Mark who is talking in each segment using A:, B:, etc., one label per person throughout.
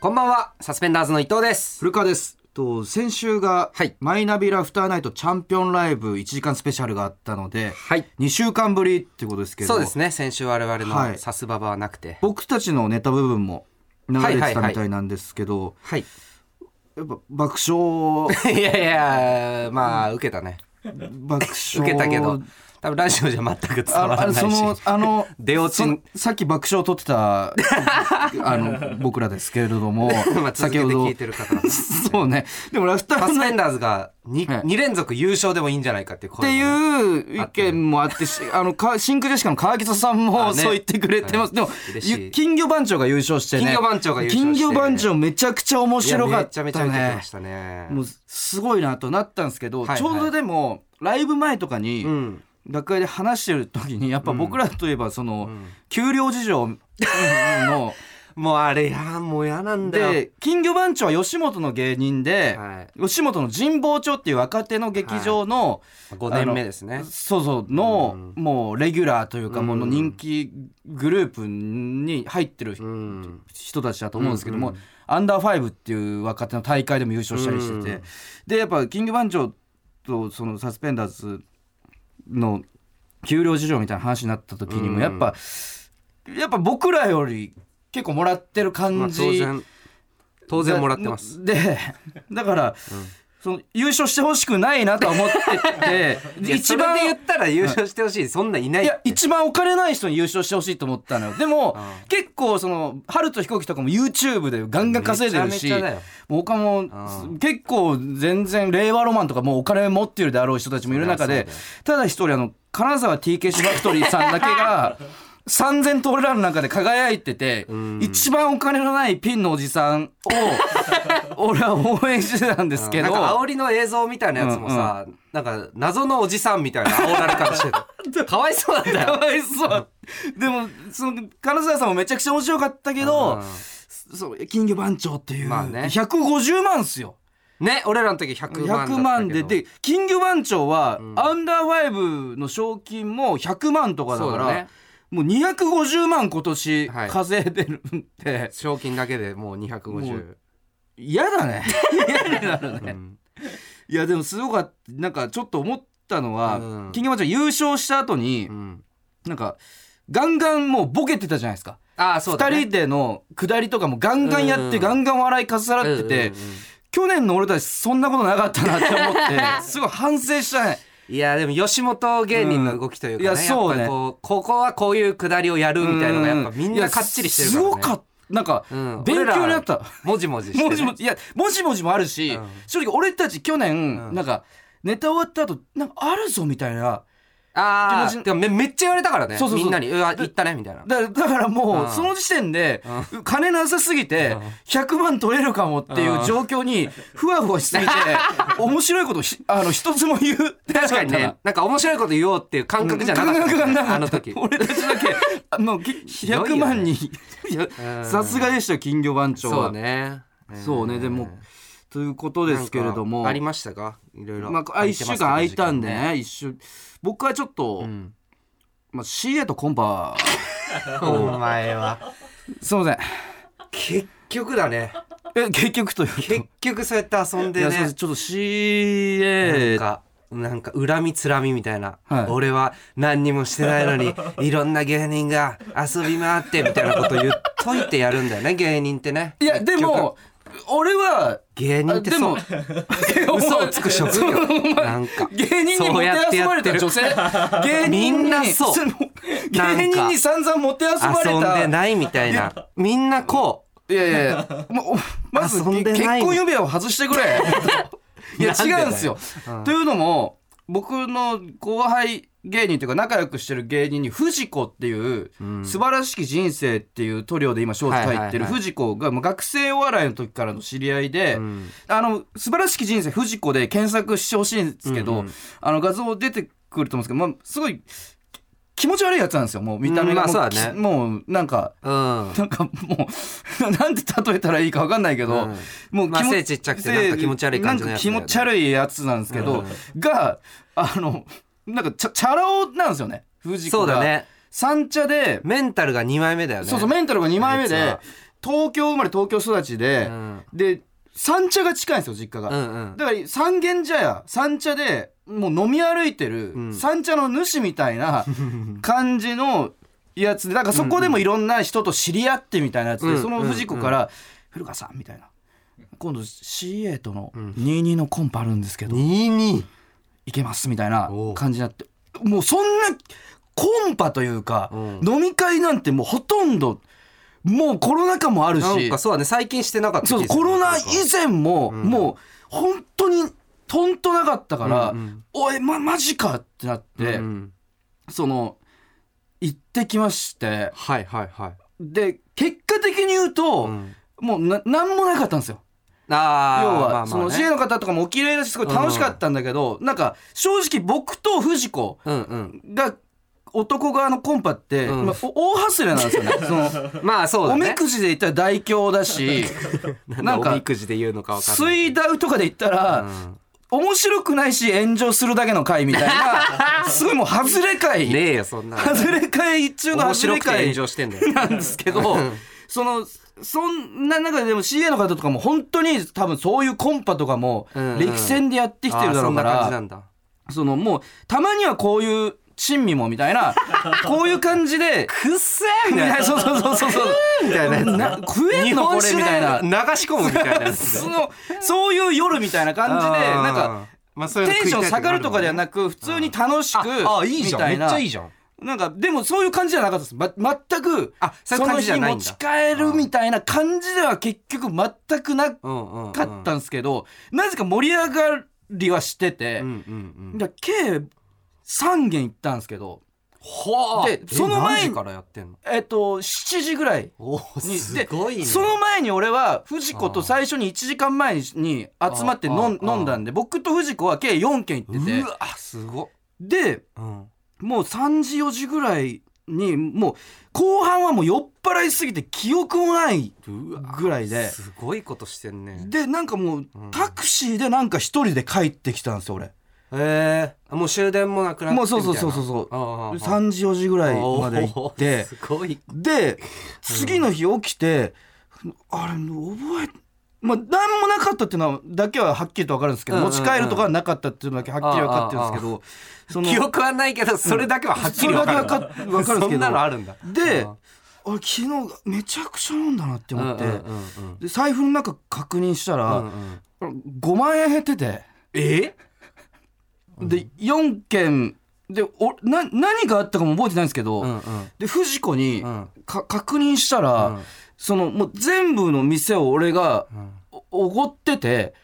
A: こんばんはサスペンダーズの伊藤です
B: 古川ですと先週が、
A: はい
B: マイナビラフターナイトチャンピオンライブ1時間スペシャルがあったので、
A: はい
B: 2週間ぶりってことですけど
A: そうですね先週我々
B: は
A: の
B: い
A: サスババはなくて
B: 僕たちのネタ部分も流れてたみたいなんですけど、
A: はい
B: やっぱ爆 笑
A: いやいやまあ受けたね
B: 爆笑
A: 受けたけど多分ラジオじゃ全く伝わ
B: あ
A: ら
B: あ
A: な
B: の
A: いし
B: そのあの
A: 出落ちん
B: そさっき爆笑を取ってたあの僕らですけれども
A: まあ続けて聞いてる方なんです
B: そうねでもラフター
A: サ
B: ナ
A: ス
B: イト
A: ペンダーズが 2,
B: はい
A: 二連続優勝でもいいんじゃないかっていう
B: っ
A: 声
B: て
A: もね
B: いう意見もあってしあのか真空ジェシカの川北さん
A: あ
B: も
A: ね
B: そう言ってくれてます、でも
A: 嬉しい
B: ゆ金魚番長が優勝してね
A: 金魚番長が優勝して
B: 金魚番長めちゃくちゃ面白かっ
A: いや
B: た
A: めちゃめちゃ受けて
B: ね
A: ましたね
B: もうすごいなとなったんですけど、
A: はいはい
B: ちょうどでもライブ前とかに、
A: うん
B: 学会で話してる時にやっぱ僕らといえばその、
A: ん
B: 給料事情の
A: もうあれいやもう嫌なんだよ
B: で金魚番長は吉本の芸人で、
A: はい
B: 吉本の神保町っていう若手の劇場の、
A: 5年目ですね
B: そうそうの、もうレギュラーというか、
A: うん
B: もう人気グループに入ってる
A: うん
B: 人たちだと思うんですけど
A: う
B: も、
A: んうん
B: アンダーファイブっていう若手の大会でも優勝したりしてて、
A: うん
B: でやっぱキング番長とそのサスペンダーズの給料事情みたいな話になった時に
A: うん
B: もやっぱ、やっぱ僕らより結構もらってる
A: まあ
B: 感じ、
A: 当然当然もらってます
B: でだから、その優勝してほしくないなとは思って
A: い
B: て
A: や
B: 一
A: そ
B: 番
A: れで言ったら優勝してほしい、そんないない
B: い
A: って
B: や一番お金ない人に優勝してほしいと思ったのよでも
A: うん
B: 結構その春と飛行機とかも YouTube でガンガン稼いでるし
A: めちゃめちゃだよ
B: もうお金も結構全然令和ロマンとかもうお金持ってるであろう人たちもいる中
A: そ
B: で
A: りゃそ
B: ただ一人あの金沢 TK シファクトリーさんだけが 3000トレラの中で輝いてて
A: ん
B: 一番お金のないピンのおじさんを 俺は応援してたんですけど
A: なんか煽りの映像みたいなやつもさ、なんか謎のおじさんみたいな煽られ方して たかわいそうなんだ
B: か
A: よ
B: わいそうでもその金沢さんもめちゃくちゃ面白かったけど、
A: う
B: そう金魚番長っていう、
A: まあね
B: 150万っすよ
A: んね俺らの時100
B: 100
A: 万
B: 万でで金魚番長は、アンダーファイブの賞金も100万とかだから
A: そうだね
B: もう250万今年
A: はい
B: 稼いでるんで、
A: 賞金だけでもう
B: も
A: 250
B: う嫌だね 嫌になるね、
A: うん
B: いやでもすごかったなんかちょっと思ったのは、
A: うん
B: 金魚番長優勝した後に、
A: うん
B: なんかガンガンもうボケてたじゃないですか
A: ああそうだ、
B: 二
A: ね、
B: 人での下りとかもガンガンやって、
A: うん
B: ガンガン笑いかっさらってて、
A: うんうんう
B: 去年の俺たちそんなことなかったなって 思ってすごい反省したね
A: んいやでも吉本芸人の動きというか、ね
B: うんいやそう
A: や
B: ね
A: っぱりこうここはこういうくだりをやるみたいのがやっぱみんなかっちりしてるから、ね、
B: いやすごかったなんか、
A: うん
B: 勉強になった
A: もじもじして、ね、
B: もじもじいやもじもじもあるし、
A: うん
B: 正直俺たち去年、
A: うん
B: なんかネタ終わった後なんかあるぞみたいな
A: ああ
B: 気持ち
A: でもめめっちゃ言われたからね
B: そうそうそう
A: みんなに「うわ行ったね」みたいな
B: だだからもう、
A: うん
B: その時点で、金なさすぎて、
A: うん
B: 100万取れるかもっていう状況にふわふわしす ぎて、面白いことひあの一つも言う
A: 確かにねなんか面白いこと言おうっていう感覚じゃなかった、
B: 感覚がなかった
A: あの時
B: 俺たちだけ あのき
A: どいよね
B: 100万人いや
A: うん
B: さすがでしたよ金魚番長は
A: そうね
B: そうねでもということですけれど
A: なん
B: も
A: かありましたかいろいろ
B: まあ、あ1週間空いたんでね一週僕はちょっと、
A: ん
B: まあ、CA とコンパ
A: お前は
B: すいません
A: 結局だね
B: え結局というと
A: 結局そうやって遊ん
B: い
A: で
B: やすいませ
A: ね
B: んちょっと
A: なん
B: CA
A: かなんか恨みつらみみたいな、
B: はい
A: 俺は何にもしてないの にいろんな芸人が遊び回ってみたいなこと言っといてやるんだよね芸人ってね
B: いやでも俺は
A: 芸人
B: あ
A: って
B: で
A: そ
B: も
A: う嘘をつく職業なんか
B: 芸人にもてあそばれた女性芸人に
A: みんなそう
B: の芸人に散々もてあそばれ
A: 遊ん
B: た
A: でないみたいなみんなこう
B: いやいやい や、ま、おまず
A: 遊んで
B: 結
A: ない
B: 婚指輪を外して くれ。いや
A: なんでだ
B: 違
A: よ
B: うんですよ。
A: うん
B: というのも僕の後輩芸人というか仲良くしてる芸人に藤子っていう
A: うん
B: 素晴らしき人生っていう塗料で今小説書
A: はいい
B: て
A: はい
B: る
A: はい
B: 藤子がまあ学生お笑いの時からの知り合いで、
A: ん
B: あの素晴らしき人生藤子で検索してほしいんですけど、
A: うんうん
B: あの画像出てくると思うんですけど、まあ、すごいき気持ち悪いやつなんですよもう見た目が
A: うん
B: もう,、
A: まあそうだね
B: もうなんか
A: うん
B: なんかもう なんて例えたらいいか分かんないけ
A: う
B: ど、
A: ん
B: もう
A: まあ
B: 気持
A: 背ちっちゃくてなんか気持ち悪い感じのやつだよ
B: なん
A: ね
B: か気持ち悪いやつなんですけど、があのなんかチャチャラ男なんですよね藤子
A: そう
B: が
A: だね
B: 三茶で、
A: メンタルが2枚目だよね
B: そうそうメンタルが2枚目
A: あいつ
B: で
A: は
B: 東京生まれ東京育ちで、
A: うん
B: で三茶が近いんですよ実家が、
A: うんうん
B: だから三軒茶屋三茶でもう飲み歩いてる、
A: ん
B: 三茶の主みたいな感じのやつでだからそこでもいろんな人と知り合ってみたいなやつで、
A: うん
B: その藤子から「古川さん」みたいな「今度 CA との22のコンパあるんですけど、
A: 22
B: いけます」みたいな
A: おう
B: 感じになってもうそんなコンパというか、
A: うん
B: 飲み会なんてもうほとんどもうコロナ禍もあるし
A: なんかそうだね最近してなかった
B: そう
A: 気がする
B: コロナ以前も、
A: ん
B: もう本当にとんとなかったから、
A: うんうん
B: おいまマジかってなって、
A: うん
B: その行ってきまして
A: はいはいはい
B: で結果的に言うと、
A: うん
B: もうな何もなかったんですよ要
A: あー
B: は、
A: まあまあね
B: その CA の方とかもお綺麗だしすごい楽しかったんだけど、なんか正直僕と藤子
A: うんうん
B: が男側のコンパって、
A: うん
B: まあお大外れなんです よねその
A: まあそうだ
B: お
A: ね
B: みくじで言ったら大凶だし
A: な
B: な
A: ん
B: んか
A: かおみくじで言うのかわかんない
B: 水道とかで言ったら、
A: うん
B: 面白くないし炎上するだけの回みたい なすごいもう外れ回、
A: ねえよそんなの
B: 外れ回中の
A: 面
B: 外
A: 白
B: れ
A: くて炎
B: 回
A: 上してんだよ
B: なんですけどそのそんな中ででも CA の方とかも本当に多分そういうコンパとかも
A: うんうん
B: 力戦でやってきてるだろうか
A: あーそんな感
B: ら、
A: じなんだ
B: そのもうたまにはこういう珍味もみた いなこういう感じで。
A: くっせえみ
B: み
A: た
B: たい
A: い
B: な
A: な
B: そうそうそうそうそう
A: みたいなやつね
B: な食えんのこれみたい な
A: 流し込むみたいなやつ
B: そのそういう夜みたいな感じでなんか
A: か
B: テンション下がるとかでは
A: く
B: なく普通に楽しく
A: ああいいじ
B: み
A: ゃん
B: た
A: め
B: い
A: っち
B: な
A: ゃいいじゃん
B: なんかでもそういう感じじゃなかったです、ま、全く
A: あそうい
B: そう
A: 感
B: の
A: じじ
B: 日
A: ゃない
B: 持
A: んだ
B: ち帰るみたいな感じでは結局全くな
A: うんうんうん
B: かったんですけどなぜか盛り上がりはしてて
A: うんうんうん
B: だ計3軒行ったんですけど
A: ほ
B: で
A: で
B: そ
A: そ
B: の
A: の
B: 前に
A: 前からやってんの
B: えっと7時ぐらい
A: おー
B: に
A: すごい
B: で
A: ね
B: その前に俺は藤子と最初に1時間前にに集まって飲ん
A: あーあー
B: 飲んだんで僕と藤子は計4軒行ってて
A: うわすごっ
B: で
A: うん
B: もう3時4時ぐらいにもう後半はもう酔っ払いすぎて記憶もないう
A: わ
B: ぐらいです
A: ごいことしてんね
B: でなんかもう
A: うん
B: タクシーでなんか一人で帰ってきたんですよ俺
A: へえもう終電もなくなって
B: もうそうそうそうそう
A: う
B: そ
A: 3
B: う3時4時ぐらいまで行って
A: すごい
B: で次の日起きてあれ覚えまあ何もなかったっていうのはだけははっきりと分かるんですけど
A: うんうん
B: 持
A: うん
B: ち帰るとかはなかったっていうのだけはっきり分かってるんですけどその
A: 記憶はないけどそれだけははっきり
B: それ
A: わかる
B: だけはか分かるんですけど
A: そんなのあるんだ
B: で
A: うん
B: 俺昨日めちゃくちゃ飲んだなって思って。
A: うんうんうんうん
B: で財布の中確認した
A: う
B: ら、
A: んうん
B: 5万円減ってて
A: え
B: で4件でおな何があったかも覚えてないんですけど、
A: うんうん
B: で藤子に
A: うん
B: か確認したら、
A: うん
B: そのもう全部の店を俺が
A: うん
B: おおごってて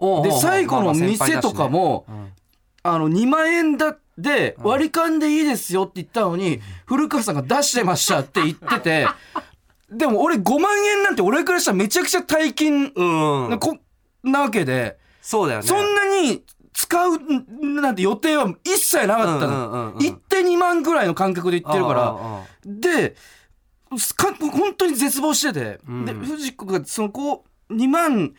A: おうおうおう
B: で最後
A: ま
B: の
A: あまあ先輩
B: 店
A: だしね
B: とかも
A: うん
B: あの2万円だで割り勘でいいですよって言ったのに古川さんが出してましたって言ってて でも俺5万円なんて俺からしたらめちゃくちゃ大金
A: うん
B: なこなわけで。
A: そうだよね
B: そんなに使うんなんて予定は一切なかったの。
A: の
B: 1.2万ぐらいの感覚で行ってるから。
A: ら
B: で、すか本当に絶望してて。
A: うん
B: で、藤子がそのこう、2万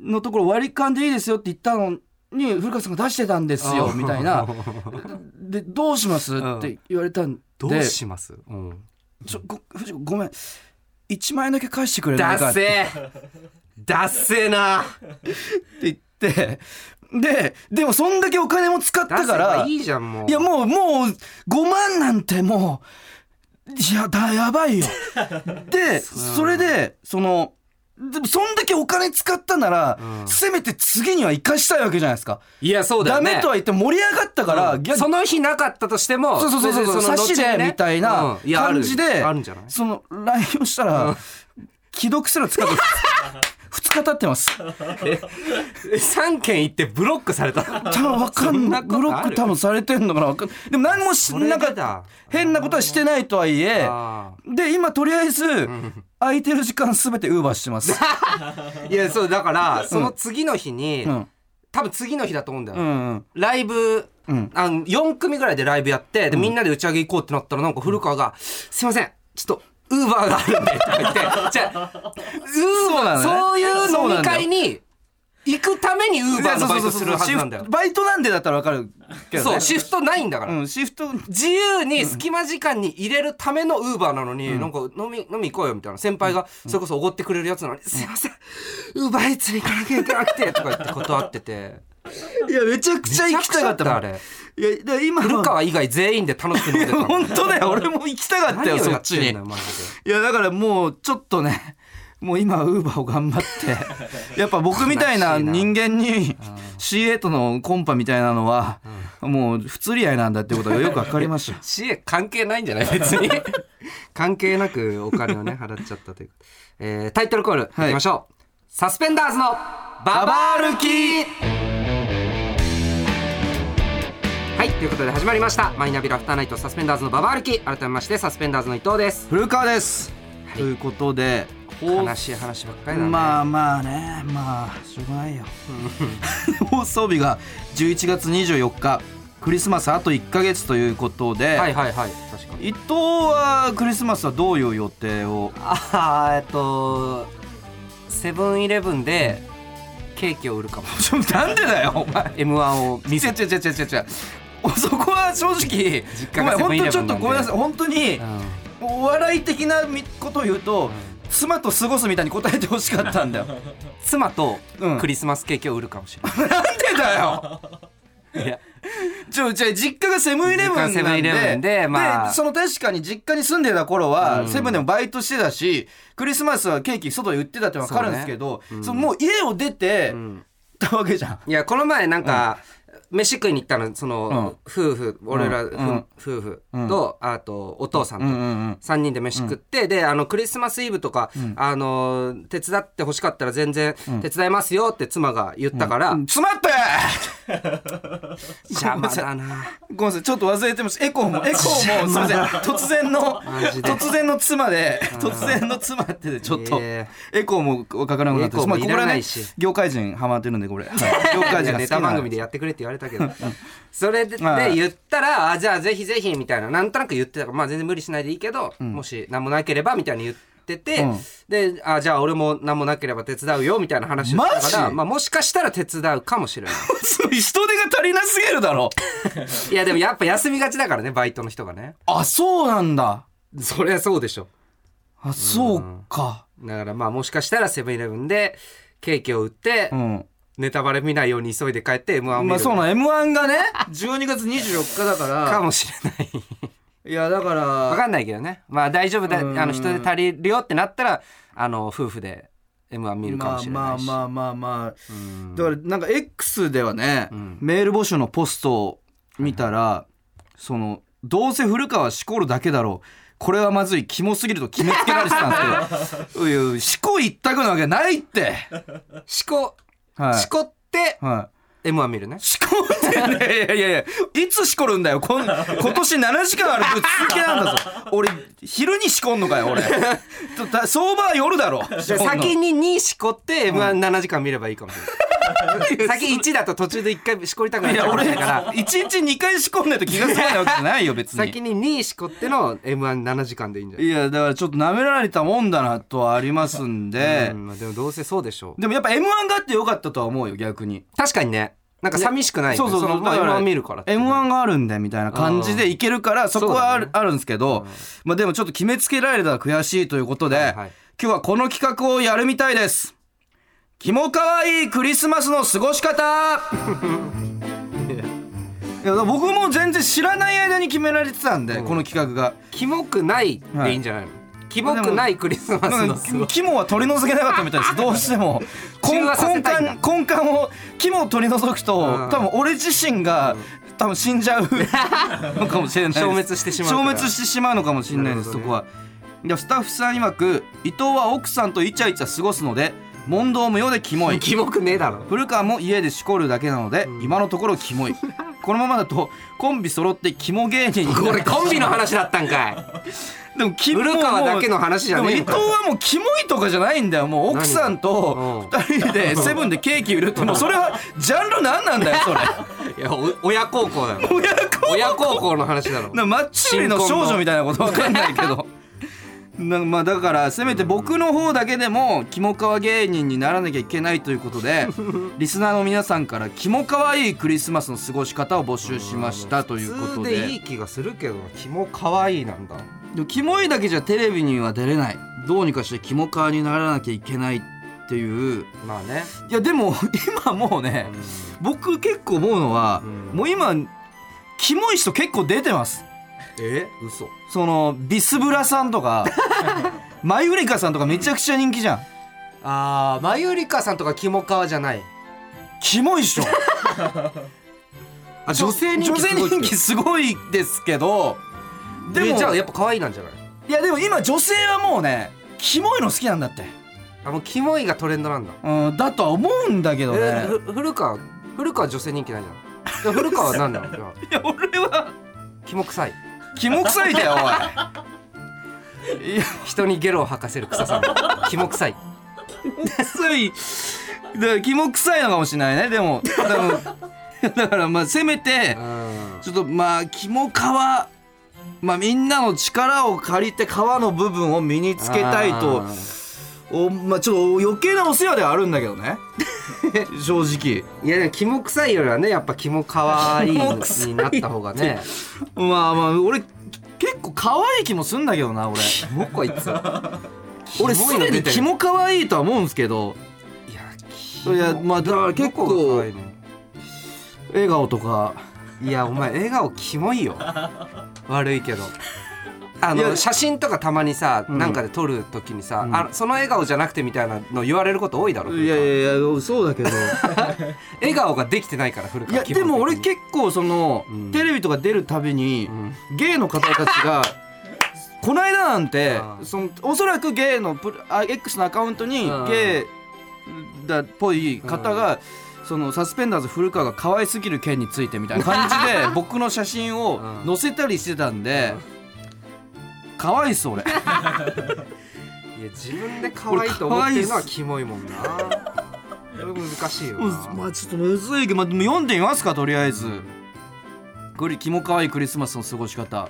B: のところ割り勘でいいですよって言ったのに、古川さんが出してたんですよ、みたいな。で、どうします
A: うん
B: って言われたんで、
A: どうしますうん
B: ちょご藤子ごめん。1万円だけ返してくれないか
A: ダ
B: っ
A: ッ
B: て
A: セーダッセーな
B: 言って、で、でもそんだけお金も使った
A: だ
B: か、
A: かららいいじゃんもう
B: い
A: い
B: やもうもう5万なんてもういやだや ばいよでそれでそのでもそんだけお金使ったなら、
A: うん
B: せめて次には生かしたいわけじゃないですか、
A: いやそうだ
B: ダ
A: よね
B: メとは言っても盛り上がったから、
A: うん
B: 逆に
A: その日なかったとしても
B: そうそうそうそ
A: 別
B: う
A: に
B: 差
A: の後
B: し
A: にね
B: でみたいな
A: うんやある
B: 感じで
A: あるんじゃない
B: その LINE をしたら、既読すらつかず 2日経ってます
A: 3件行ってブロックされた
B: 多分わかんな
A: そんな
B: い
A: ことある
B: ブロック多分されてんのかなわかんでも何もし
A: それ
B: な
A: が
B: んか
A: だ
B: 変なことはしてないとはいえ
A: あ
B: で今とりあえず、空いてる時間すべてウーバーし てます。
A: ーいやそうだからその次の日に、
B: うん
A: 多分次の日だと思うんだよ、
B: うんうん
A: ライブ、
B: うん
A: あの4組ぐらいでライブやってでみんなで打ち上げ行こうってなったらなんか古川が「すいませんちょっと」ウーバ ーがあるんでって言って、じゃあ、ウー
B: うな
A: バー、
B: のね
A: そういう飲み会に、行くためにウーバーのバイトするはずなんだよ
B: シフトバイトなんでだったらわかるけど、ね、
A: そうシフトないんだから、
B: うん、シフト
A: 自由に隙間時間に入れるためのウーバーなのに、なんか飲み飲み行こうよみたいな先輩がそれこそおごってくれるやつなのに「すいませんウーバーイーツに行かなきゃいけなくて」とか言って断ってて
B: いやめちゃくちゃ行きたかったもん
A: あれ
B: いやだから今
A: 古
B: は
A: 川以外全員で楽しく飲んでたの
B: 本当だよ俺も行きたかった
A: 何
B: よ
A: を
B: そ
A: や
B: っ
A: っ
B: ち
A: て
B: に
A: んのよマジで
B: いやだからもうちょっとねもう今ウーバーを頑 張ってやっぱ僕みたいな
A: 悲しいな
B: 人間に C8 のコンパみたいなのはもう不釣り合いなんだってことがよく分かりました
A: 知恵関係ないんじゃ ない別に関係なくお金をね払っちゃったという、えータイトルコールいき
B: い
A: ましょう、サスペンダーズのババ歩きはいということで始まりましたマイナビラフターナイトサスペンダーズのババ歩き改めましてサスペンダーズの伊藤です
B: 古川です、ということで
A: 悲しい話ばっかりだね、
B: まあまあねまあしょうが ないよ放送日が11月24日クリスマスあと1か月ということで、
A: はいはいはい確かに
B: 伊藤はクリスマスはどういう予定を
A: ああえっとセブンイレブンでケーキを売るかも
B: ちょなんでだよお前
A: M1 を見
B: 違う違う違う違う違う違うおそこは正直
A: 実家
B: ごめ
A: が
B: ん
A: セブン
B: 本
A: イレ
B: 当
A: ブ
B: ちょ
A: ンな
B: っと
A: んで
B: ごめんなさい本当に
A: うん
B: お笑い的なみことを言うと、妻と過ごすみたいに答えてほしかったんだ よ
A: 妻と
B: うん
A: クリスマスケーキを売るかもしれ
B: なんでだよ
A: ない。いや
B: ちょ、じゃあ実家がセブンイレブンなん
A: 実
B: で。
A: 家がセブンイレブンでまあ
B: でその確かに実家に住んでた頃は、セブンでもバイトしてたし、クリスマスはケーキ外で売ってたってわかるんですけど、そ、のもう家を出て、たわけじゃん。
A: いやこの前なんか、飯食いに行ったのその、夫婦俺ら、
B: うん
A: ふ
B: うん
A: 夫婦と、あとお父さんと。
B: うんうん
A: 3人で飯食って、であのクリスマスイブとか、あの手伝ってほしかったら全然手伝いますよって妻が言ったから、
B: うん。詰まって
A: 邪魔だな
B: ごめんなさいちょっと忘れてましたエコ ーもエコーもすいません突然の
A: マジで
B: 突然の妻で突然の妻ってでちょっと
A: いやいや
B: エコーもかからなくなった
A: エコーも
B: まあこれはい
A: らな
B: ね
A: いし
B: 業界人ハマってるんでこれはい業界
A: い
B: 人
A: や
B: が
A: ネタ番組
B: で
A: でやってくれって言われたけどそれでで
B: はい
A: 言ったら「あじゃあぜひぜひ」みたいななんとなく言ってたから、まあ、全然無理しないでいいけど、もし何もなければみたいに言ってて、
B: うん
A: であじゃあ俺も何もなければ手伝うよみたいな話をしたから、
B: マジ
A: まあ、もしかしたら手伝うかもし れない
B: 人手が足りなすぎるだろ
A: いやでもやっぱ休みがちだからねバイトの人がね
B: あそうなんだ
A: そりゃそうでしょ
B: あそうか
A: だからまあもしかしたらセブンイレブンでケーキを売って、
B: うん
A: ネタバレ見ないように急いで帰って m 1を見る、
B: まあそうな m 1がね12月24日だか
A: からもしれない
B: いやだから
A: わかんないけどね。まあ大丈夫だ。あ
B: うん
A: の人で足りるよってなったら、あの夫婦で M1 見るかもしれ
B: ま
A: な
B: あ
A: いし。
B: まあまあまあまあ
A: うん
B: だからなんか X ではね、
A: ん
B: メール募集のポストを見たら、そのどうせ古川しこるだけだろうこれはまずいキモすぎると決めつけられてたんですけ どいやいやしこ一択なわけないって、
A: しこ、
B: はい
A: しこって
B: はい
A: M1 見るね。
B: しこってね、 いやいやいや、いつしこるんだ よ。こん今年7時間歩く続けなんだぞ。俺、昼にしこんのかよ、俺。ちょっとだ相場は夜だろ。しこんの
A: 先に2しこって M17 時間見ればいいかもしれ ない。先1だと途中で1回しこりたくなっ
B: い
A: ちゃ
B: や、
A: うか
B: 俺、
A: ら。
B: 1日2回しこんないと気が済まないわけじゃないよ、別に。
A: 先に2しこっての M17 時間でいいんじゃない
B: いや、だからちょっと舐められたもんだなとはありますんで
A: う。んまあでもどうせそうでしょう。
B: でもやっぱ M1 があってよかったとは思うよ、逆に。
A: 確かにね。なんか寂しくない。
B: そうそうそう
A: のまあ
B: だから
A: M1 見るからってね。
B: M1 があるんでみたいな感じでいけるからそこはある,、あるんですけど、まあ、でもちょっと決めつけられたら悔しいということで、
A: はいはい
B: 今日はこの企画をやるみたいですキモかわいいクリスマスの過ごし方 いや僕も全然知らない間に決められてたんで、この企画が
A: キモくないでいいんじゃないのキモくないクリスマス
B: な
A: の
B: ん
A: 過ご
B: か肝は取り除けなかったみた いですどうしても根
A: 中和さ
B: 根
A: せたいんだ
B: 幹根幹を肝を取り除くと、
A: ん
B: 多分俺自身が多分死ん じゃうのかもしれないです
A: 消滅してしまうから
B: 消滅してしまうのかもしれないです、
A: な
B: そ
A: る
B: こ
A: ほど
B: はでスタッフさん曰く伊藤は奥さんとイチャイチャ過ごすので問答無用でキモい
A: キモくねえだろ
B: 古川も家でしこるだけなので、今のところキモいこのままだとコンビ揃ってキモ芸人にな
A: これコンビの話だったんか
B: でもキ
A: い
B: モ
A: 古川だけの
B: もう
A: 話じ
B: で
A: ゃ
B: も
A: ね
B: 伊
A: えの
B: 藤
A: かよ
B: はもうキモいとかじゃないんだよもう奥さんと2人 でセブンでケーキ売るってもうそれはジャンル何なんだよそれ
A: いやお親孝行だろ
B: 親子
A: 親孝行の話だろ
B: なマッチ売りの少女みたいなことわかんないけどなまあだからせめて僕の方だけでもキモカワ芸人にならなきゃいけないということ でリスナーの皆さんからキモカワいいクリスマスの過ごし方を募集しましたというこ
A: 普
B: と
A: 通
B: で
A: でいい気がするけどキモ可愛いなんだ
B: でもキモいだけじゃテレビには出れないどうにかしてキモカワにならなきゃいけないっていう
A: まあね
B: いやでも今もうね僕結構思うのは、
A: うん
B: もう今キモい人結構出てます
A: え嘘
B: そのビスブラさんとか マユリカさんとかめちゃくちゃ人気じゃん
A: あーマユリカさんとかキモカワじゃない
B: キモいっしょ
A: あ女性人気すごい
B: 女性人気すごいですけどで
A: で
B: も
A: もじゃあやっぱ可愛いなんじゃない
B: いやでも今女性はもうねキモいの好きなんだって、
A: あのキモいがトレンドなんだ
B: うん、だとは思うんだけ
A: え
B: どね、
A: ーふ古川古川女性人気ないじゃんで古川は何なのじゃあ
B: いや俺は
A: キモ臭い
B: キモ臭いだよおいいや
A: 人にゲロを吐かせる臭さのキモ臭い
B: 臭いだからキモ臭いのかもしれないねでもだ だからまあせめて
A: うん
B: ちょっとまあキモ皮まあみんなの力を借りて皮の部分を身につけたいと
A: あー
B: おまあちょっと余計なお世話ではあるんだけどね 正直
A: いやでもキモ臭いよりはねやっぱキモ可 愛い
B: キモ臭い
A: になった方がね
B: まあまあ俺結構可愛い気もすんだけどな俺
A: キモこいつ
B: 俺
A: キモ
B: す
A: いの
B: でに
A: 出てる
B: キモ可愛いとは思うんですけど
A: いやキ
B: い
A: モ
B: やまあだから結
A: キモ
B: 構
A: が可愛いね
B: 笑顔とか
A: いやお前笑顔キモいよ悪いけどあ
B: い
A: の
B: や
A: 写真とかたまにさ、
B: うん
A: なんかで撮るときにさ、
B: うん
A: あその笑顔じゃなくてみたいなの言われること多いだろ
B: いやいやいやそうだけど
A: 笑顔ができてないから古
B: い
A: 川
B: やでも
A: 基
B: 俺
A: 本的に
B: 結構その、
A: うん
B: テレビとか出るたびに、
A: うん
B: ゲイの方たち がこの間なんて
A: あー
B: そのおそらくゲイのプあ X のアカウントに
A: うん
B: ゲイだっぽい方が、そのサスペンダーズ古川が可愛すぎる件についてみたいな感じ で僕の写真を
A: うん
B: 載せたりしてたんで、かわいそう俺
A: いや自分で可愛いと思ってるのはキモいもんなそれ難しいよな、
B: まあちょっとむずいけど、まあ、でも読んでみますかとりあえずこれキモ可愛いクリスマスの過ごし方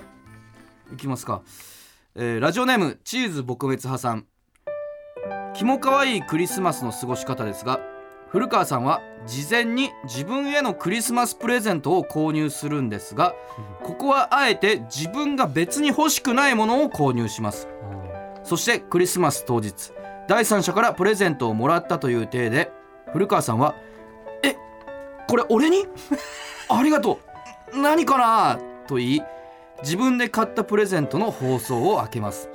B: いきますか、えーラジオネームチーズ撲滅派さんキモ可愛いクリスマスの過ごし方ですが古川さんは事前に自分へのクリスマスプレゼントを購入するんですがここはあえて自分が別に欲しくないものを購入しますそしてクリスマス当日第三者からプレゼントをもらったという体で古川さんは「えこれ俺にありがとう何かな?」と言い自分で買ったプレゼントの包装を開けます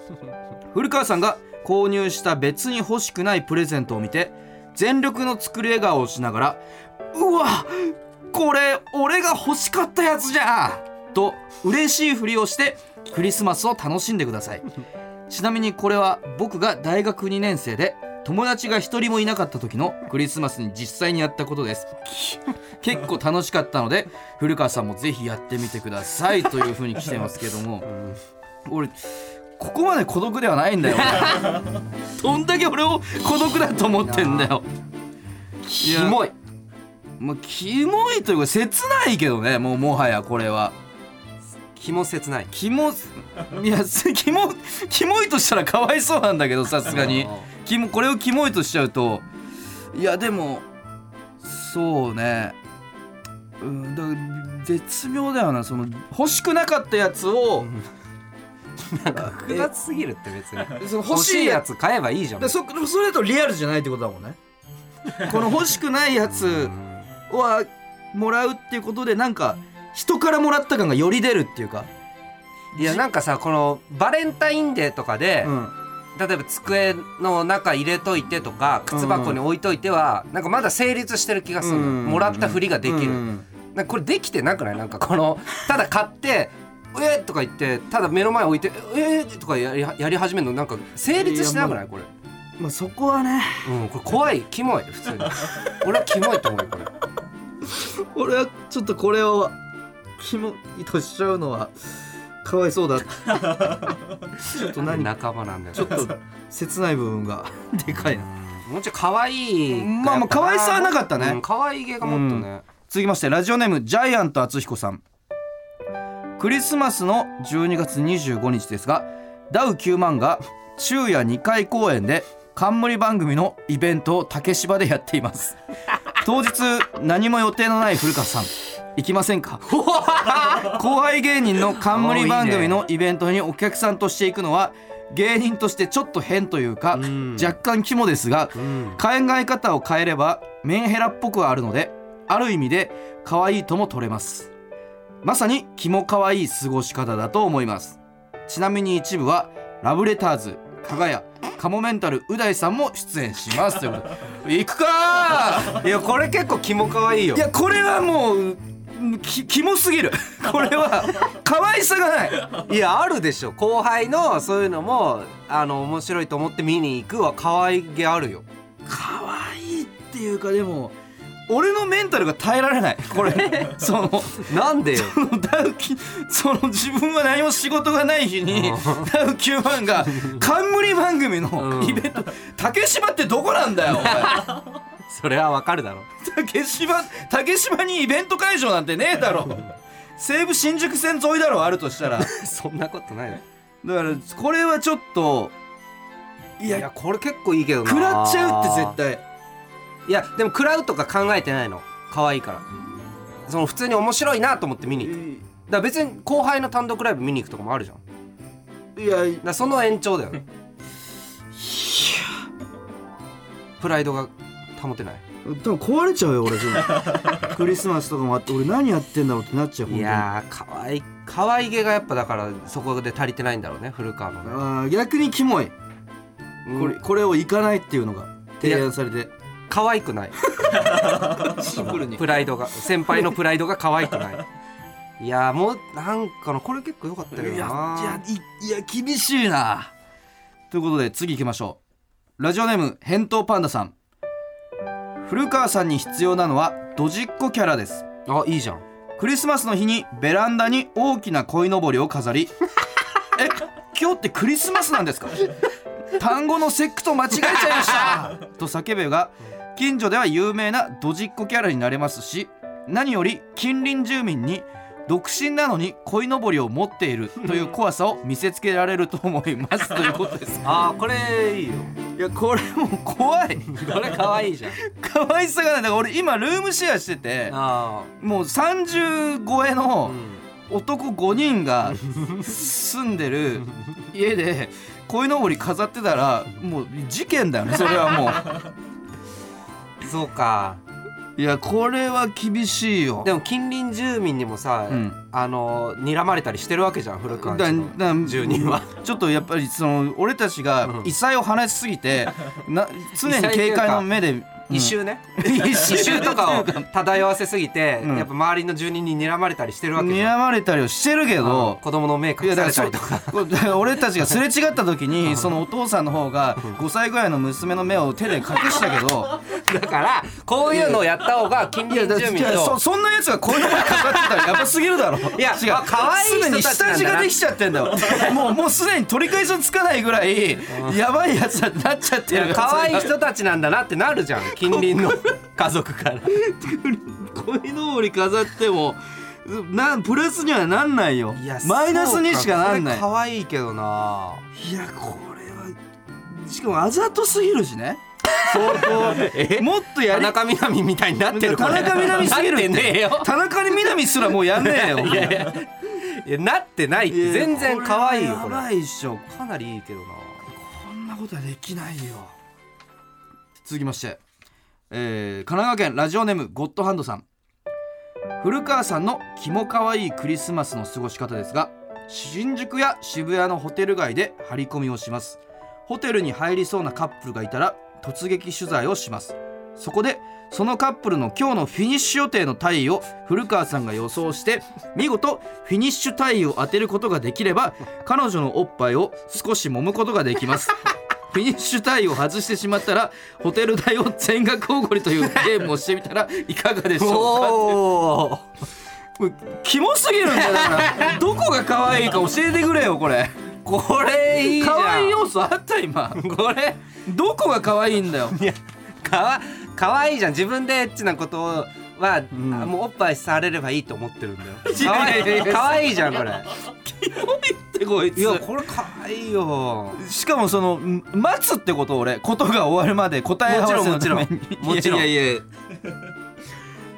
B: 古川さんが購入した別に欲しくないプレゼントを見て全力の作り笑顔をしながら「うわこれ俺が欲しかったやつじゃん!」と嬉しいふりをしてクリスマスを楽しんでくださいちなみにこれは僕が大学2年生で友達が一人もいなかった時のクリスマスに実際にやったことです結構楽しかったので古川さんもぜひやってみてくださいというふうに来てますけども俺ここまで孤独ではないんだよ俺どんだけ俺を孤独だと思ってんだよ
A: キモい
B: まあキモいというか切ないけどねもうもはやこれは
A: キモ切ない
B: キモいやすキモキモいとしたらかわいそうなんだけどさすがにキモこれをキモいとしちゃうといやでもそうねうんだから絶妙だよなその欲しくなかったやつを
A: 複雑すぎるって別 に
B: その
A: 欲しいやつ買えばいいじゃん
B: だそでもそれだとリアルじゃないってことだもん ねこの欲しくないやつはもらうっていうことでなんか人からもらった感がより出るっていうか、
A: いやなんかさこのバレンタインデーとかで、
B: うん、
A: 例えば机の中入れといてとか靴箱に置いといては、なんかまだ成立してる気がするの、
B: うん
A: もらったふりができる、
B: うん
A: なんかこれできてなくないなんかこのただ買って「えーとか言ってただ目の前置いて「えーとかやりやり始めるのなんか成立してなくないこれ、
B: まあ、そこはね
A: うん、これ怖いキモい普通に俺はキモいと思うよこれ
B: 俺はちょっとこれをキモいとしちゃうのはかわいそうだちょっと何か
A: 仲間なんだよ
B: ちょっと切ない部 分がでかいな
A: もうちょい可愛いが
B: まあまあ可愛さはなかったね
A: うん可愛い系がもっとね、
B: 続きましてラジオネームジャイアント厚彦さんクリスマスの12月25日ですがダウ9万が昼夜2回公演で冠番組のイベントを竹芝でやっています 当日何も予定のない古川さん行きませ んか後輩芸人の冠番組のイベントにお客さんとして行くのは芸人としてちょっと変というか
A: ん
B: 若干肝ですが
A: うん
B: 考え方を変えればメンヘラっぽくはあるのである意味で可愛いとも取れますまさにキモ可愛い過ごし方だと思いますちなみに一部はラブレターズ加賀谷カモメンタルう大さんも出演しますということで行くか
A: いやこれ結構キモ可愛いよ
B: ーいやこれはもうきキモすぎるこれは可愛さがない
A: いやあるでしょ後輩のそういうのもあの面白いと思って見に行くは可愛げあるよ
B: 可愛いっていうかでも俺のメンタルが耐えられないこれその
A: なん でよ
B: ダウキその自分は何も仕事がない日にダウ9万が冠番組の
A: うん
B: イベント竹芝ってどこなんだよお 前
A: それはわかるだろ
B: 竹芝竹芝にイベント会場なんてねえだろ西武新宿線沿いだろあるとしたらだか
A: そんなことないよ
B: らこれはちょっとい
A: い
B: や
A: やこれ結構いいけどな
B: 食らっちゃうって絶対
A: いやでも食らうとか考えてないの可愛いからその普通に面白いなと思って見に行くだから別に後輩の単独ライブ見に行くとかもあるじゃんだか
B: いや
A: らその延長だよね プライドが保てない
B: 多分壊れちゃうよ俺クリスマスとかもあって俺何やってんだろうってなっちゃう
A: いやー可愛い可愛げがやっぱだからそこで足りてないんだろうね古川のね
B: あー逆にキモいこれこれを行かないっていうのが提案されて
A: 可愛くない
B: シンプルに
A: プライ ドが先輩のプライドが可愛く ないいやーもうなんかのこれ結構良かったけどない
B: やいやいや厳しいなということで次行きましょうラジオネーム返答パンダさん古川さんに必要なのはドジっ子キャラです
A: あいいじゃん
B: クリスマスの日にベランダに大きな鯉のぼりを飾りえ今日ってクリスマスなんですか単語の節句と間違えちゃいましたと叫べが近所では有名なドジっ子キャラになれますし何より近隣住民に独身なのに鯉のぼりを持っているという怖さを見せつけられると思いますということ です
A: あーこれいいよ
B: いやこれもう怖い
A: これ可愛いじゃん
B: 可愛さがないだから俺今ルームシェアして て
A: あ
B: もう30超えの、
A: あ、うん、
B: 男5人が住んでる家で鯉のぼり飾ってたらもう事件だよねそれはも
A: そうか
B: ういやこれは厳しいよ
A: でも近隣住民にもさ、
B: うん
A: あの睨まれたりしてるわけじゃん古川んちの
B: だだ
A: 住人は
B: ちょっとやっぱりその俺たちが
A: うん
B: 異彩を放ちすぎて、な常に
A: 異彩ってい
B: 警
A: うか
B: 戒の目で、うん
A: 異臭ね
B: 異
A: 異
B: 臭
A: 臭とかを漂わせすぎて、
B: うん
A: やっぱ周りの住人に睨まれたりしてるわけじゃん
B: 睨まれたりをしてるけ
A: うん
B: ど
A: 子供の目
B: い
A: 隠
B: や
A: され
B: だ
A: た
B: か
A: り
B: ら
A: とか
B: そうだから俺たちがすれ違った時にそのお父さんの方が5歳ぐらいの娘の目を手で隠したけど。
A: だからこういうのをやった方が近
B: いや
A: 隣
B: だ
A: 住民
B: いやそ
A: と
B: そんなやつがこういうのに飾ってたらやばすぎるだろ
A: いや
B: 違う
A: あ可愛い人
B: すでに
A: たちなんだ
B: 下
A: な
B: 地ができちゃってんだよもうもうすでに取り返しのつかないぐらいやばいやつだってなっちゃって
A: い
B: る
A: や可愛い人たちなんだなってなるじゃん近隣の家族から
B: 恋のぼり飾ってもなプラスにはなんないよマイナスにしかなんな
A: そ
B: い
A: うかこれ可愛いけどない
B: やこれはしかもあざとすぎるしね相当もっとや
A: 田
B: り
A: 中みな実みたいになってるこれ
B: 田中みな実すぎる
A: なってねえよ
B: 田中みな実すらもうやんねえよ
A: いやいやいやなってないって全然可愛いよこれ
B: やばいっしょ
A: かなりいいけどな
B: こんなことはできないよ続きまして、えー神奈川県ラジオネームゴッドハンドさん古川さんのキモかわいいクリスマスの過ごし方ですが新宿や渋谷のホテル街で張り込みをしますホテルに入りそうなカップルがいたら突撃取材をしますそこでそのカップルの今日のフィニッシュ予定の体位を古川さんが予想して見事フィニッシュ体位を当てることができれば彼女のおっぱいを少し揉むことができますフィニッシュ体位を外してしまったらホテル代を全額おごりというゲームをしてみたらいかがでしょうか
A: おお
B: キモすぎるんだよだ からどこが可愛いか教えてくれよこれ
A: これいいじゃん
B: 可愛い要素あった今
A: これ
B: どこが可愛いんだよ
A: いやかわかわいいじゃん自分でエッチなことは、
B: ん
A: あもうおっぱいされればいいと思ってるんだよ
B: い
A: 可
B: やい
A: 愛
B: やい
A: い
B: や
A: 可愛いじゃんこれ
B: ってこい
A: いやこれ可愛いよ
B: しかもそのん待つってこと俺ことが終わるまで答え合わせ
A: も
B: のために
A: ちろんもちろんもちろん
B: いやいやいや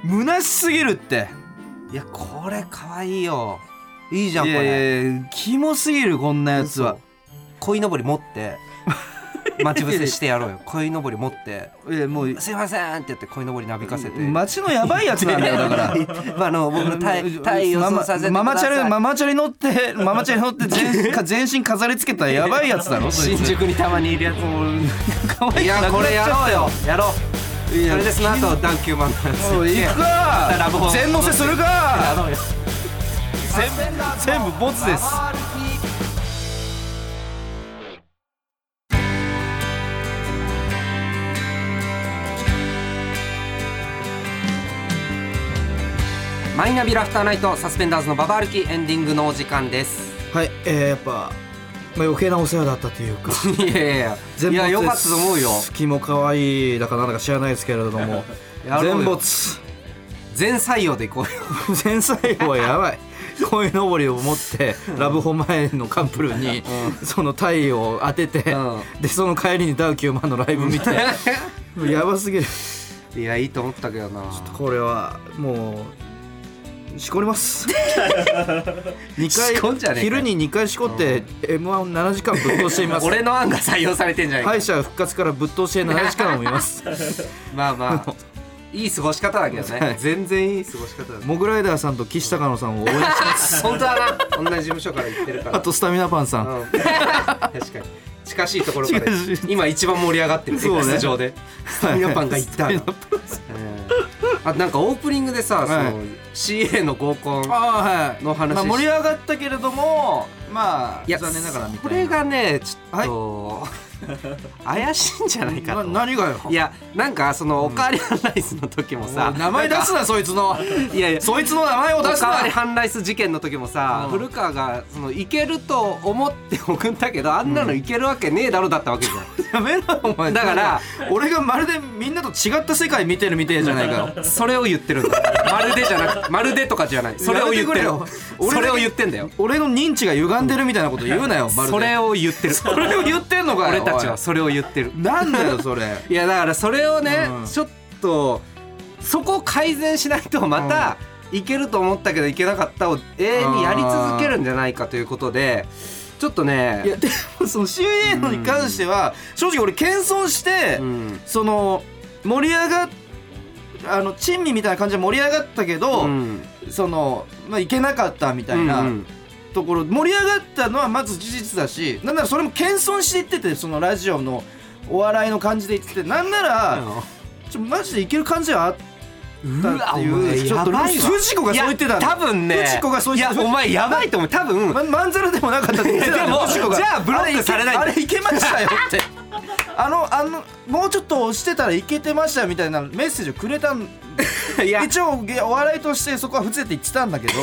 B: 虚しすぎるって
A: いやこれ可愛いよいい
B: い
A: じゃ
B: や
A: ん
B: い
A: これ
B: やいやキモすぎるこんなやつは
A: 鯉のぼり持って待ち伏せしてや ろうよ鯉のぼり持って
B: いやもう
A: 「すいません」って言って鯉のぼりなびかせて
B: 街のやばいやつなんだ よだから
A: まああの僕の体体位を
B: マ
A: そう
B: マ
A: させてください
B: ママチャリママチャリ 乗ってママチャリ乗って全か全身飾りつけたやばいやつだろそい
A: 新
B: つ
A: 宿にたまにいるやつ
B: 可愛
A: いや
B: くなく
A: こ
B: なっ
A: れ
B: ち
A: や
B: ゃ
A: ろ
B: っ
A: うよやろう
B: や
A: それでその後ダンキューマンのや
B: たおい行く
A: ラブホ
B: か全乗せするか
A: つ
B: 全全部ボツです
A: マイナビラフターナイトサスペンダーズのババ歩きエンディングのお時間です。
C: はい、えー、やっぱ、まあ、余計なお世話だったというか
A: いやいやいや、 いや良かったと思うよ。
C: 隙も可愛いだかなんだか知らないですけれども
A: やろうよ
C: 全没
A: 全採用でいこう よ。
C: 全採用はやばい鯉のぼりを持ってラブホ前のカップルに、その太陽を当てて、
A: う
C: でその帰りにダウ9万のライブ見てもう やばすぎる
A: いやいいと思ったけどな。
C: これはもうしこります二
A: しこんじゃねえ
C: 回
A: か
C: 昼に2回しこって m 1 7時間ぶっ通しています
A: 俺の案が採用されてんじゃないか。
C: 敗者復活からぶっ通して7時間をいます
A: まあまあいい過ごし方だけどね。全然いい過ごし方だね。
C: モグライダーさんと岸高野さんを応援します
A: 本当だな。同じ事務所から言ってるから
C: あ。とスタミナパンさん、
A: うん確かに近しいところから
C: 近しい
A: 今一番盛り上がってる
C: そうね
A: X 上でスタミナパンが行った、えーあなんかオープニングでさ、
B: はい
A: その CA の合コン
B: あはい
A: の話
B: まあ、盛り上がったけれどもまあ残念ながらみ
A: こ
B: た
A: れ
B: いな
A: がねちょっと、怪しいんじゃないかと
B: な何がよ
A: いやなんかその「おかわりハンライス」の時もさ、
B: おい名前出すなそ いつの
A: いやいや
B: そいつの名前を
A: お
B: 出す
A: かわ
B: な
A: りハンライス事件の時もさ、古川がそのいけると思って送ったけどあんなのいけるわけねえだろだったわけじ ゃん、
B: やめろお前
A: だから
B: 俺がまるでみんなと違った世界見てるみてえじゃないかよ
A: それを言ってるんだまるでじゃ なくまるでとかじゃないそれを言ってる
B: やめてくれよ
A: それを言ってんだよ
B: 俺の認知が歪んでるみたいなこと言うなよまるで
A: それを言ってる
B: それを言ってんのかよ
A: 俺たち
B: お
A: はいそれを言ってる
B: なんだよそれ
A: いやだからそれをね、
B: うん
A: ちょっとそこを改善しないとまた、いけると思ったけどいけなかったを永遠にやり続けるんじゃないかということでちょっと
B: い
A: ね
B: やでもその CA のに関しては正直俺謙遜して、
A: うん
B: その盛り上がっあの珍味みたいな感じで盛り上がったけど、
A: うん
B: その、まあ、いけなかったみたいな
A: うんうん
B: ところ、盛り上がったのはまず事実だしなんならそれも謙遜していっててそのラジオのお笑いの感じで言っててなんなら、ちょマジでいける感じはあったっていう
A: わお前
B: ちょっと
A: やばいわ
B: 藤子がそう言ってた
A: いや多分ね
B: 藤子がそう
A: い
B: 言っ
A: や
B: てた
A: お前やばいと思う多分、
B: ままんざらでもなかったって言ってた
A: でも じゃあブロックされないんだ
B: あれいけましたよってあのあのもうちょっと押してたらいけてましたよみたいなメッセージをくれたん
A: いや
B: 一応げお笑いとしてそこは伏せて言ってたんだけど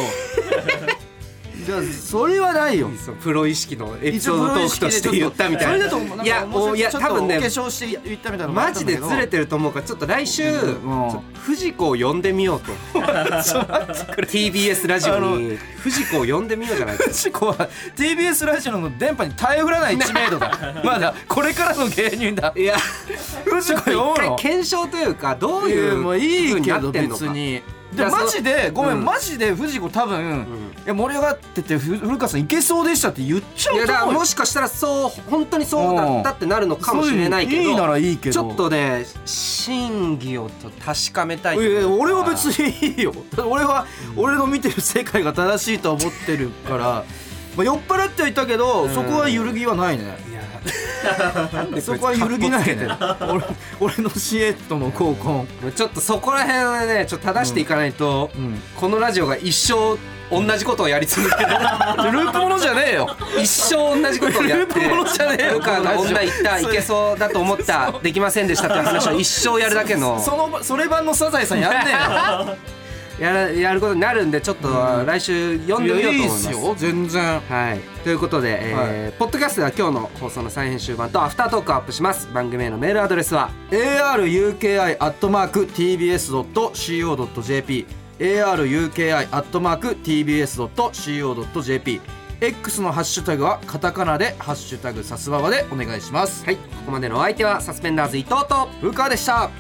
B: じゃあそれはないよ
A: そうプロ意識のエピソードトークとして言ったみたいな
B: 一応プロ意識でちょっとそれだと
A: いやもういや
B: ちょっと
A: 多分ね
B: お化粧して言ったみたいなのもあ
A: マ
B: った
A: ジ
B: んだ
A: で
B: けど
A: ずれてると思うからちょっと来週、
B: うん
A: ちょっと藤子を呼んでみようと TBS ラジオに藤子を呼んでみようじゃないか
B: 藤子は TBS ラジオの電波に耐えうらない知名度だまだこれからの芸人だ
A: いや
B: 藤子読
A: 一
B: む
A: 回
B: の
A: 検証というかどう
B: い
A: い
B: や
A: う
B: もういいけど
A: 風になってん
B: 別
A: のか
B: に
A: い
B: で
A: やそ
B: マジでごめん、
A: うん
B: マジで藤子多分、
A: ん
B: いや盛り上がっててふ古川さんいけそうでしたって言っちゃ
A: いや
B: う
A: だ
B: と
A: から
B: 思うよ
A: もしかしたらそう本当にそうだったってなるのかもしれないけど
B: そういうのいいならいいけど
A: ちょっとね真偽をと確かめたい
B: いやいや俺は別
A: に
B: にいいよ 俺は俺の見てる世界が正しいと思ってるから、まあ、酔っ払ってはいたけど、そこは揺るぎはないね そこは揺るぎないね俺俺のシエットの合コン
A: ちょっとそこら辺でねちょっと正していかないと、
B: ん
A: このラジオが一生同じことをやり続け る
B: ループものじゃねえよ
A: 一生同じことをやって
B: ループものじゃねえよ
A: ルカが女行ったいけそうだと思ったできませんでしたっていう話を一生やるだけの
B: その場それ版のサザエさんやんねえよやらやることになるんでちょっと来週読んでみようと思います。
A: 全然
B: はい、ということで、えーポッドキャストでは今日の放送の再編集版とアフタートークをアップします番組へのメールアドレスは
A: aruki.tbs.co.jp aruki.tbs.co.jp X のハッシュタグはカタカナで「ハッシュタグさすばば」でお願いします。
B: はいここまでのお相手はサスペンダーズ伊藤と
A: ふうかーでした